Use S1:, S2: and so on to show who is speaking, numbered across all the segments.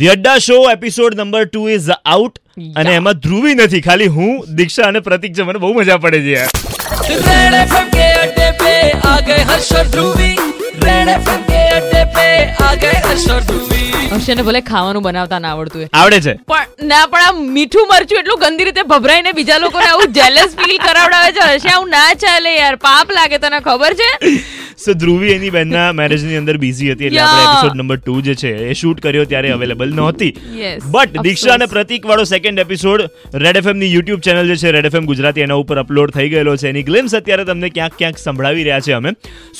S1: The Adda show episode number two is out અને એમાં ધ્રુવી નથી ખાલી હું દીક્ષા અને પ્રતિક છે મને બહુ મજા પડે છે યાર
S2: रेड एफएम के अड्डे पे आ गए हर्ष और ध्रुवी रेड एफएम के अड्डे पे आ गए हर्ष और ध्रुवी
S3: હર્ષને ભલે ખાવાનું બનાવતા ના આવડતું હોય
S1: આવડે છે
S3: પણ ના પણ આ મીઠું મરચું એટલું ગંદી રીતે ભભરાઈને બીજા લોકોને આવું જેલસ ફીલ કરાવડાવે છે હર્ષે આવું ના ચાલે યાર પાપ લાગે તને ખબર છે
S1: સો ધ્રુવી એની બહેનના મેરેજની અંદર બિઝી હતી એટલે આપણે
S3: Yeah.
S1: એપિસોડ નંબર ટુ જે છે એ શૂટ કર્યો ત્યારે અવેલેબલ નહોતી
S3: Yes,
S1: બટ દીક્ષા
S3: અફસોસ.
S1: અને પ્રતિક વાળો સેકન્ડ એપિસોડ રેડ એફએમ ની યુટ્યુબ ચેનલ જે છે રેડ એફએમ ગુજરાતી એના ઉપર અપલોડ થઈ ગયેલો છે એની ગ્લિમ્સ અત્યારે તમને ક્યાંક ક્યાંક સંભળાવી રહ્યા છે અમે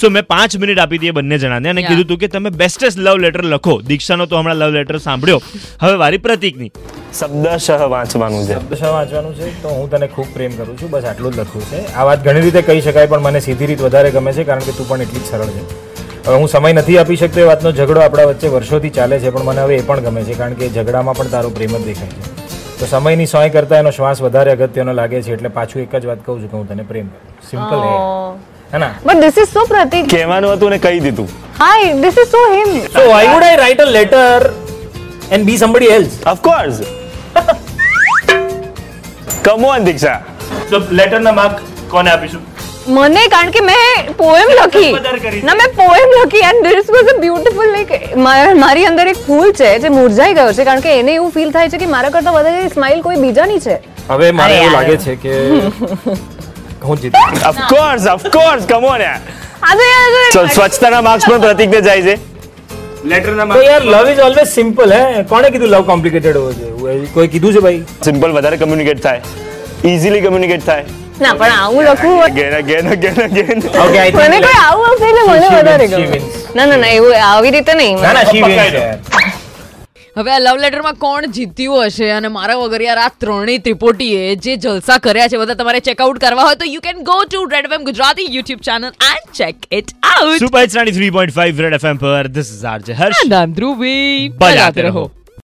S1: સો મેં પાંચ મિનિટ આપી દીધી એ બંને જણાને અને
S3: Yeah.
S1: કીધું હતું કે તમે બેસ્ટેસ્ટ લવ લેટર લખો દીક્ષાનો તો હમણાં લવ લેટર સાંભળ્યો હવે વારી પ્રતિકની
S4: શબ્દશઃ વાંચવાનું છે
S5: શબ્દશઃ વાંચવાનું છે તો હું તને ખૂબ પ્રેમ કરું છું બસ આટલું જ લખવું છે આ વાત ઘણી રીતે કહી શકાય પણ મને સીધી રીત વધારે ગમે છે કારણ કે તું પણ એટલી જ સરળ છે હવે હું સમય નથી આપી શકતો એ વાતનો ઝઘડો આપણા વચ્ચે વર્ષોથી ચાલે છે પણ મને હવે એ પણ ગમે છે કારણ કે ઝઘડામાં પણ તારો પ્રેમ જ દેખાય છે તો સમયની સોય કરતાં એનો શ્વાસ વધારે અગત્યનો લાગે છે એટલે પાછું એક જ વાત કહું છું કે હું તને પ્રેમ કરું સિમ્પલ હે ના
S6: But this is so Pratik.
S4: કહેવાનું હતું ને કહી દીધું
S6: Hi, this is so him.
S5: So why would I write a letter and be somebody else
S4: of course come on Diksha
S1: તો લેટરના માર્ક કોને આપીશું
S6: મને કારણ કે મેં પોએમ
S1: કદર કરી
S6: લખી
S1: છે.
S6: ના મેં પોએમ લખી and this was a beautiful like મારી અંદર એક ફૂલ છે જે મુરઝાઈ ગયો છે કારણ કે એને એવું ફીલ થાય છે કે મારા કરતાં વધારે સ્માઇલ કોઈ બીજાની છે
S5: હવે મને એવું લાગે છે કે હું જીતી ગયો.
S4: ઓફકોર્સ ઓફકોર્સ કમ ઓન યાર
S6: આજે
S4: ચલ સ્વચ્છતાના માર્ક્સ પણ પ્રતિકને જાય છે
S5: તો યાર લવ ઇઝ ઓલવેઝ સિમ્પલ હે કોણે કીધું લવ કોમ્પ્લિકેટેડ હોવો જોઈએ કોઈ કીધું છે ભાઈ
S4: સિમ્પલ વધારે કમ્યુનિકેટ થાય ઇઝીલી કમ્યુનિકેટ થાય
S6: ના પણ આવું લખવું હોય
S4: again again again again
S5: okay I
S6: મને
S5: થિંક
S6: કોઈ આવું આવશે એટલે મને
S5: She wins,
S6: વધારે
S5: she
S6: ગમે
S5: wins.
S6: ના ના ના એવું આવી રીતે નહીં
S5: ના ના she wins
S4: પકડાઈ દો.
S5: યાર.
S3: હવે આ લવ લેટરમાં કોણ જીત્યું હશે અને મારા વગર યાર આ ત્રણેય ત્રિપોટીએ જે જલસા કર્યા છે બધા તમારે ચેકઆઉટ કરવા હોય તો you can go to Red FM Gujarati YouTube channel and check it out
S1: super hits ninety three point five Red FM પર this is RJ Harsh
S3: Dhruvi
S1: બજાતે રહો